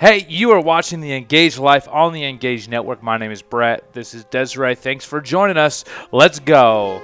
Hey, you are watching the Engage Life on the Engage Network. My name is Brett. This is Desiree. Thanks for joining us. Let's go.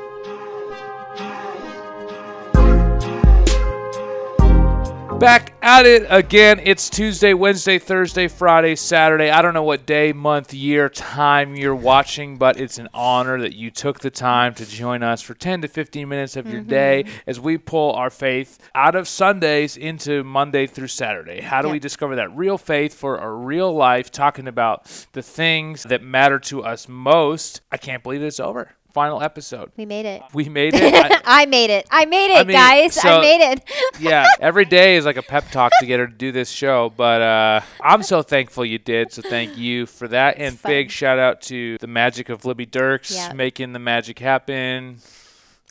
Back at it again. It's Tuesday, Wednesday, Thursday, Friday, Saturday. I don't know what day, month, year, time you're watching, but it's an honor that you took the time to join us for 10 to 15 minutes of your day as we pull our faith out of Sundays into Monday through Saturday. How do we Yep. discover that real faith for a real life, talking about the things that matter to us most? I can't believe it's over. Final episode. We made it. We made it. Uh, I- I made it. I made it, I mean, guys. so- I made it. yeah, every day is like a pep talk to get her to do this show. But uh, I'm so thankful you did. So thank you for that. and fun. big shout out to the magic of Libby Dirks Yeah. making the magic happen.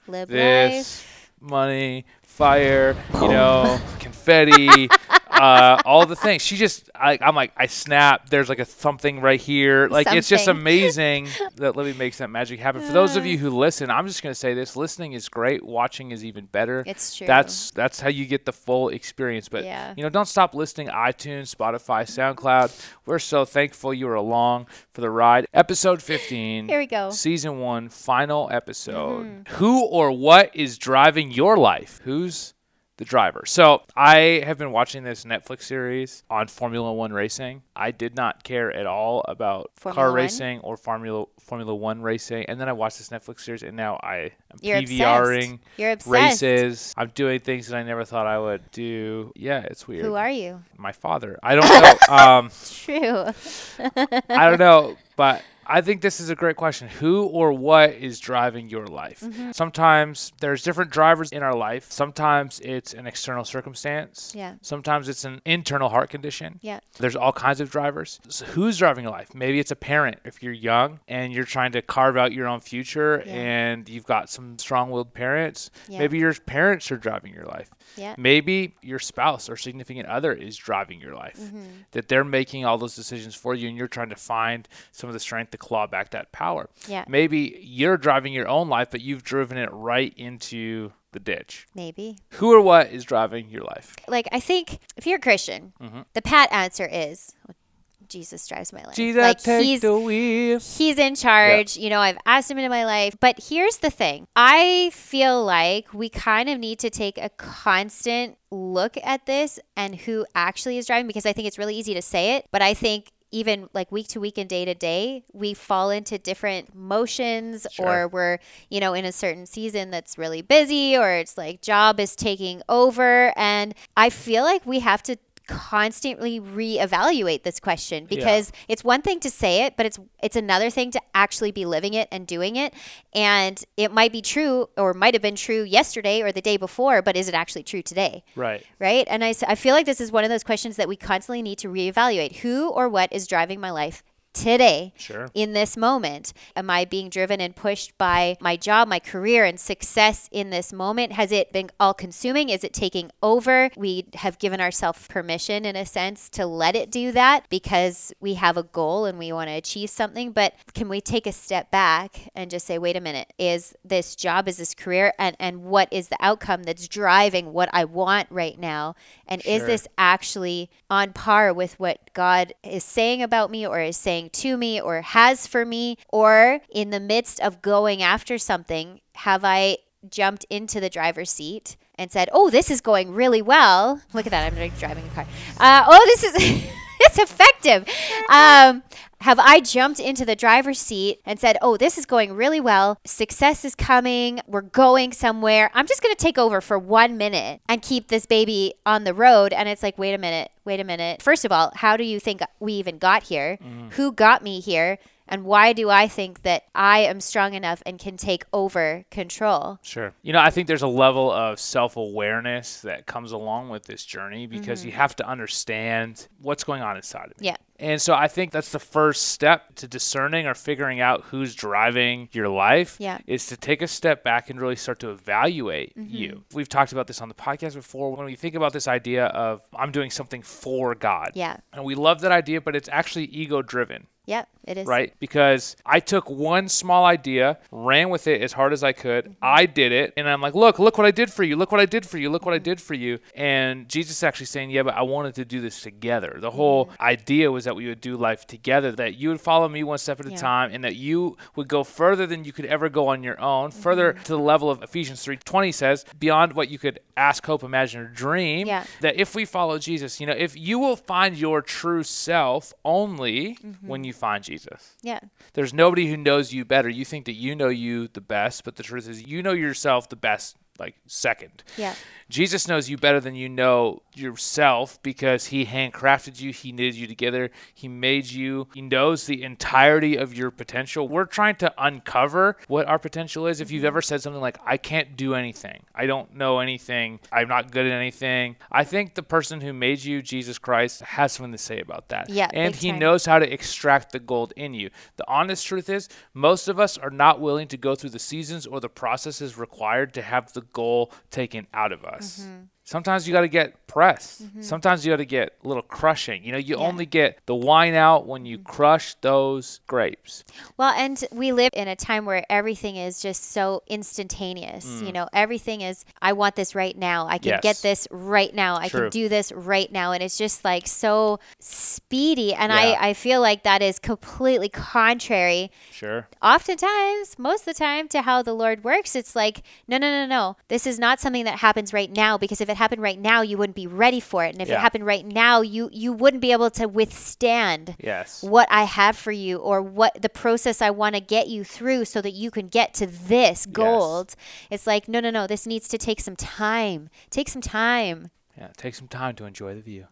Live life. This money, fire, you know, confetti. Uh, all the things. She just, I, I'm like, I snap. There's like a something right here. Like it's just Something. amazing that Libby makes that magic happen. For those of you who listen, I'm just gonna say this: listening is great. Watching is even better. It's true. That's that's how you get the full experience. But Yeah. you know, don't stop listening. iTunes, Spotify, SoundCloud. We're so thankful you were along for the ride. Episode 15. Here we go. Mm-hmm. Mm-hmm. Season one, final episode. Who or what is driving your life? Who's the driver. So I have been watching this Netflix series on Formula One racing. I did not care at all about Formula car One? racing or Formula Formula One racing. And then I watched this Netflix series and now I am You're PVRing obsessed. You're obsessed. races. I'm doing things that I never thought I would do. Yeah, it's weird. Who are you? My father. I don't know. um, True. I don't know, but I think this is a great question. Who or what is driving your life? Mm-hmm. Sometimes there's different drivers in our life. Sometimes it's an external circumstance. Yeah. Sometimes it's an internal heart condition. Yeah. There's all kinds of drivers. So who's driving your life? Maybe it's a parent if you're young and you're trying to carve out your own future Yeah. and you've got some strong willed parents. Yeah. Maybe your parents are driving your life. Yeah. Maybe your spouse or significant other is driving your life, Mm-hmm. that they're making all those decisions for you and you're trying to find some of the strength to claw back that power. Yeah. Maybe you're driving your own life, but you've driven it right into the ditch. Maybe. Who or what is driving your life? Like I think if you're a Christian, Mm-hmm. the pat answer is Jesus drives my life. Jesus, like take he's the wheel. he's in charge. You know, I've asked him into my life. But here's the thing I feel like we kind of need to take a constant look at this and who actually is driving because I think it's really easy to say it. But I think even like week to week and day to day, we fall into different motions Sure. or we're, you know, in a certain season that's really busy or it's like job is taking over. And I feel like we have to constantly reevaluate this question because because it's one thing to say it, but it's it's another thing to actually be living it and doing it. And it might be true or might have been true yesterday or the day before, but is it actually true today? Right. Right? And I, s- I feel like this is one of those questions that we constantly need to reevaluate. Who or what is driving my life today? Sure. in this moment? Am I being driven and pushed by my job, my career, and success in this moment? Has it been all consuming? Is it taking over? We have given ourselves permission, in a sense, to let it do that because we have a goal and we want to achieve something. But can we take a step back and just say, wait a minute, is this job, is this career, and, and what is the outcome that's driving what I want right now? And is Sure. this actually on par with what God is saying about me or is saying to me or has for me? Or in the midst of going after something, have I jumped into the driver's seat and said, Oh, this is going really well? Look at that, I'm like, driving a car. Uh, oh, this is. It's effective. Um, have I jumped into the driver's seat and said, Oh, this is going really well. Success is coming. We're going somewhere. I'm just going to take over for one minute and keep this baby on the road. And it's like, Wait a minute. Wait a minute. First of all, how do you think we even got here? Who got me here? And why do I think that I am strong enough and can take over control? Sure. You know, I think there's a level of self awareness that comes along with this journey because you have to understand what's going on inside of me. Mm-hmm. Yeah. And so I think that's the first step to discerning or figuring out who's driving your life Yeah. Mm-hmm. is to take a step back and really start to evaluate you. We've talked about this on the podcast before. When we think about this idea of I'm doing something for God. Yeah. And we love that idea, but it's actually ego driven. Yep, it is. right? Because I took one small idea, ran with it as hard as I could. I did it, and I'm like, look, look what I did for you. Look what I did for you. Look what I did for you. And Jesus is actually saying, yeah, but I wanted to do this together. The whole idea was that we would do life together, that you would follow me one step at Yeah. a time, and that you would go further than you could ever go on your own, further to the level of Ephesians 3:20 says, beyond what you could ask, hope, imagine, or dream. Yeah. That if we follow Jesus, you know, if you will find your true self only when you find Jesus. Yeah. There's nobody who knows you better. You think that you know you the best, but the truth is you know yourself the best like second. Yeah. Jesus knows you better than you know yourself because he handcrafted you, he knitted you together, he made you. He knows the entirety of your potential. We're trying to uncover what our potential is. If you've ever said something like I can't do anything. I don't know anything. I'm not good at anything. I think the person who made you, Jesus Christ, has something to say about that. Yeah, And big he time. knows knows how to extract the gold in you. The honest truth is, most of us are not willing to go through the seasons or the processes required to have the goal taken out of us. Mm-hmm. Sometimes you got to get pressed. Sometimes you got to get a little crushing. You know, you Yeah. Mm-hmm. only get the wine out when you crush those grapes. Well, and we live in a time where everything is just so instantaneous. You know, everything is, I want this right now. I can Mm. Yes. get this right now. I True. can do this right now. And it's just like so speedy. And Yeah. I, I feel like that is completely contrary, Sure. oftentimes, most of the time, to how the Lord works. It's like, no, no, no, no. This is not something that happens right now because if it happened right now, you wouldn't be ready for it. And if Yeah. it happened right now, you, you wouldn't be able to withstand Yes. what I have for you or what the process I want to get you through so that you can get to this gold. It's like, no, no, no, this needs to take some time. Take some time. Yeah, take some time to enjoy the view.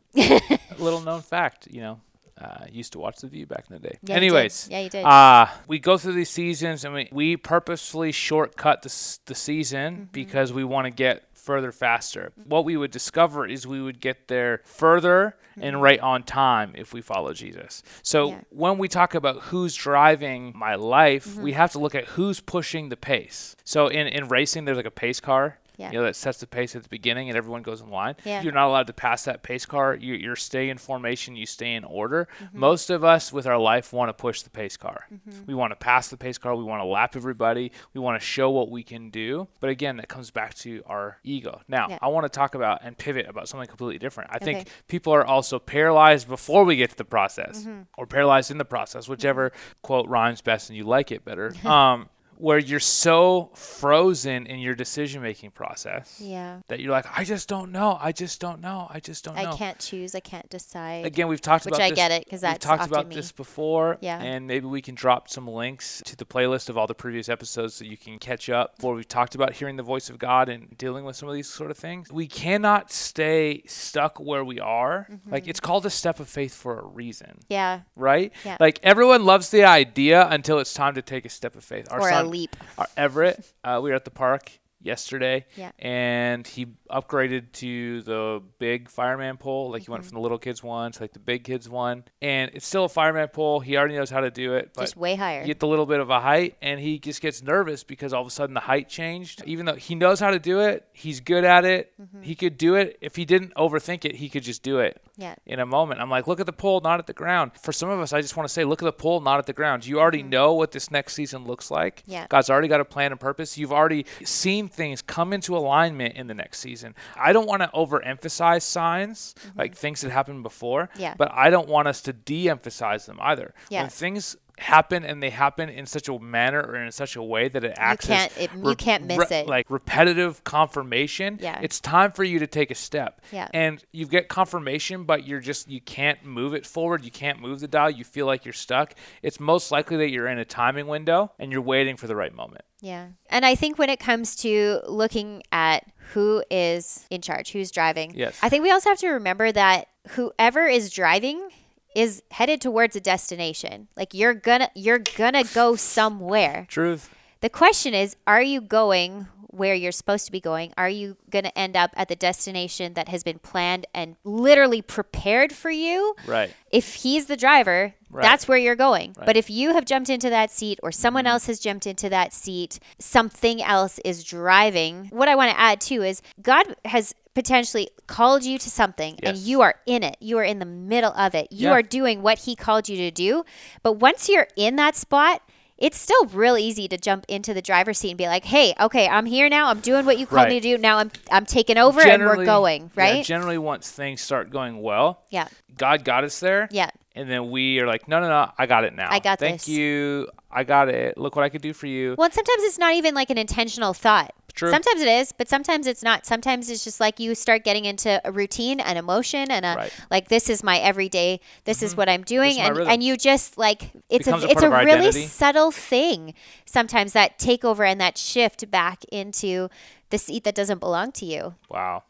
Little known fact, you know, uh, used to watch the view back in the day. Yeah, you did. Anyways, Yeah, you did. Uh, we go through these seasons, and we, we purposefully shortcut the s- the season Mm-hmm. because we want to get further faster. What we would discover is we would get there further and right on time if we follow Jesus. So Mm-hmm. Yeah. when we talk about who's driving my life, Mm-hmm. we have to look at who's pushing the pace. So in in racing, there's like a pace car. Yeah. You know, that sets the pace at the beginning and everyone goes in line. Yeah. You're not allowed to pass that pace car. You, you're stay in formation, you stay in order. Mm-hmm. Most of us with our life want to push the pace car. We want to pass the pace car. We want to lap everybody. We want to show what we can do. But again, that comes back to our ego. Now, Yeah. I want to talk about and pivot about something completely different. I think Okay. people are also paralyzed before we get to the process Mm-hmm. or paralyzed in the process, whichever quote rhymes best and you like it better. um, where you're so frozen in your decision making process Yeah. that you're like, I just don't know. I just don't know. I just don't I know. can't choose. I can't decide. Oh, Again, we've talked Which about I this. get it, we've 'cause that's talked often about me. this before. Yeah. And maybe we can drop some links to the playlist of all the previous episodes so you can catch up where we've talked about hearing the voice of God and dealing with some of these sort of things. We cannot stay stuck where we are. Mm-hmm. Like it's called a step of faith for a reason. yeah. Right? Yeah. Like everyone loves the idea until it's time to take a step of faith. Our or a son- leap. our Everett, uh, we were at the park yesterday, Yeah. and he upgraded to the big fireman pole. Like he Mm-hmm. went from the little kids one to like the big kids one, and it's still a fireman pole. He already knows how to do it, but Just way higher. you get the little bit of a height, and he just gets nervous because all of a sudden the height changed. Even though he knows how to do it, he's good at it. Mm-hmm. He could do it if he didn't overthink it. He could just do it yeah. in a moment. I'm like, look at the pole, not at the ground. For some of us, I just want to say, look at the pole, not at the ground. You already know what this next season looks like. Mm-hmm. Yeah. God's already got a plan and purpose. You've already seen things come into alignment in the next season. I don't want to overemphasize signs, like things that happened before, Mm-hmm. Yeah. but I don't want us to de emphasize them either. Yeah. When things happen and they happen in such a manner or in such a way that it acts as can't- it- you can't miss it. like repetitive confirmation Yeah. it's time for you to take a step Yeah. and you get confirmation but you're just you can't move it forward you can't move the dial you feel like you're stuck it's most likely that you're in a timing window and you're waiting for the right moment Yeah. And I think when it comes to looking at who is in charge, who's driving, Yes. I think we also have to remember that whoever is driving is headed towards a destination. Like you're gonna you're gonna go somewhere. truth The question is, are you going where you're supposed to be going? Are you going to end up at the destination that has been planned and literally prepared for you? right If he's the driver, Right. Mm-hmm. That's where you're going. But if you have jumped into that seat or someone else has jumped into that seat, something else is driving. What I want to add too is God has potentially called you to something and Yes. you are in it. You are in the middle of it. You Yeah. are doing what he called you to do. But once you're in that spot, it's still real easy to jump into the driver's seat and be like, "Hey, okay, I'm here now. I'm doing what you called me Right. to do. Now I'm I'm taking over and we're going, yeah, right?" generally, once things start going well, Yeah. God got us there. Yeah. And then we are like, no, no, no, I got it now. I got Thank this." you. I got it. Look what I could do for you. Well, and sometimes it's not even like an intentional thought. True. Sometimes it is, but sometimes it's not. Sometimes it's just like you start getting into a routine, an emotion, and a Right. Mm-hmm. like this is my everyday. This is what I'm doing, This is my and rhythm. and you just like it's Becomes a, a it's part a of our really identity. subtle thing. Sometimes that takeover and that shift back into the seat that doesn't belong to you. Wow.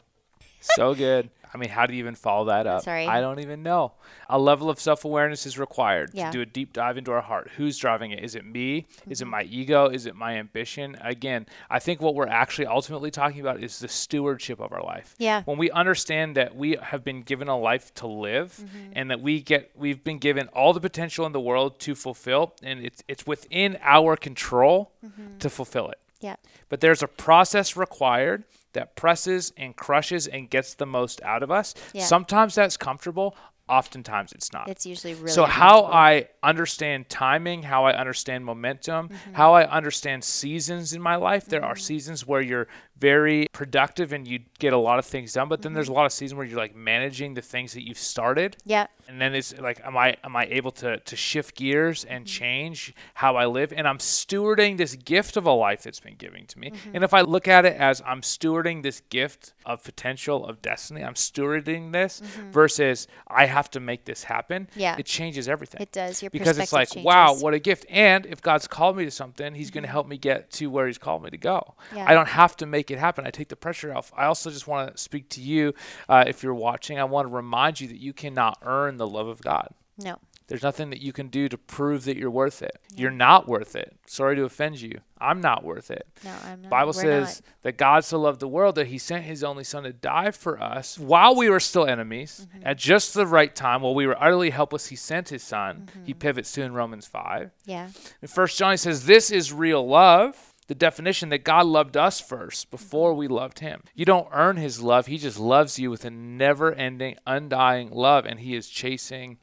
So good. I mean, how do you even follow that up? Sorry. I don't even know. A level of self awareness is required Yeah. Mm-hmm. to do a deep dive into our heart. Who's driving it? Is it me? Is it my ego? Is it my ambition? Again, I think what we're actually ultimately talking about is the stewardship of our life. Yeah. When we understand that we have been given a life to live Mm-hmm. and that we get we've been given all the potential in the world to fulfill and it's it's within our control Mm-hmm. to fulfill it. Yeah. But there's a process required that presses and crushes and gets the most out of us. Yeah. Sometimes that's comfortable, oftentimes it's not. It's usually really so how uncomfortable. I understand timing, how I understand momentum, Mm-hmm. how I understand seasons in my life. There are seasons where you're very productive and you get a lot of things done, but then Mm-hmm. there's a lot of seasons where you're like managing the things that you've started. yeah. And then it's like, am I am I able to to shift gears Mm-hmm. and change how I live? And I'm stewarding this gift of a life that's been given to me. Mm-hmm. And if I look at it as I'm stewarding this gift of potential of destiny, I'm stewarding this versus I have to make this happen. Mm-hmm. Yeah. it changes everything. It does. Your because it's like, perspective wow, changes. what a gift! And if God's called me to something, He's going to help me get to where He's called me to go. Mm-hmm. Yeah. I don't have to make it happen. I take the pressure off. I also just want to speak to you, uh, if you're watching. I want to remind you that you cannot earn the love of God. No. There's nothing that you can do to prove that you're worth it. You're not worth it. Sorry to offend you. I'm not worth it. No, I'm not. Bible We're says that God so loved the world that he sent his only son to die for us while we were still enemies Mm-hmm. at just the right time while we were utterly helpless he sent his son Mm-hmm. he pivots to in Romans 5 not. Yeah. in First John, he says, "This is real love." The definition that God loved us first before we loved Him. You don't earn His love; He just loves you with a never-ending, undying love, and He is chasing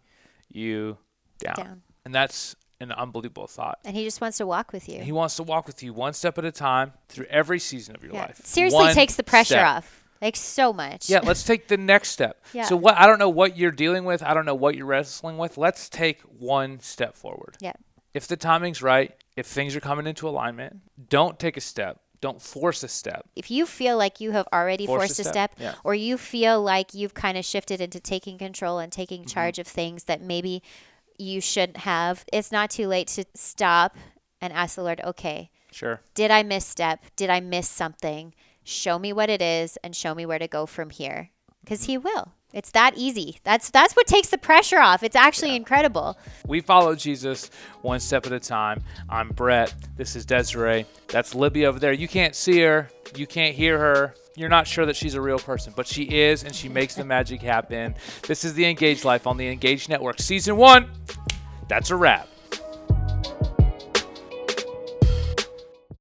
you down. Down. And that's an unbelievable thought. And he just wants to walk with you. He wants to walk with you one step at a time through every season of your Yeah. life. Seriously One takes the pressure step. off. Like so much. Yeah, let's take the next step. Yeah. So what I don't know what you're dealing with, I don't know what you're wrestling with. Let's take one step forward. Yeah. If the timing's right, if things are coming into alignment, don't take a step. Don't force a step. if you feel like you have already Forced a forced, a step, step, yeah. or you feel like you've kind of shifted into taking control and taking Mm-hmm. charge of things that maybe you shouldn't have, it's not too late to stop and ask the Lord, okay, Sure. did I misstep? Did I miss something? Show me what it is and show me where to go from here. Mm-hmm. Because He will. It's that easy. That's that's what takes the pressure off. It's actually incredible. We follow Jesus one step at a time. I'm Brett. This is Desiree. That's Libby over there. You can't see her. You can't hear her. You're not sure that she's a real person, but she is, and she makes the magic happen. This is the Engaged Life on the Engaged Network, Season 1. That's a wrap.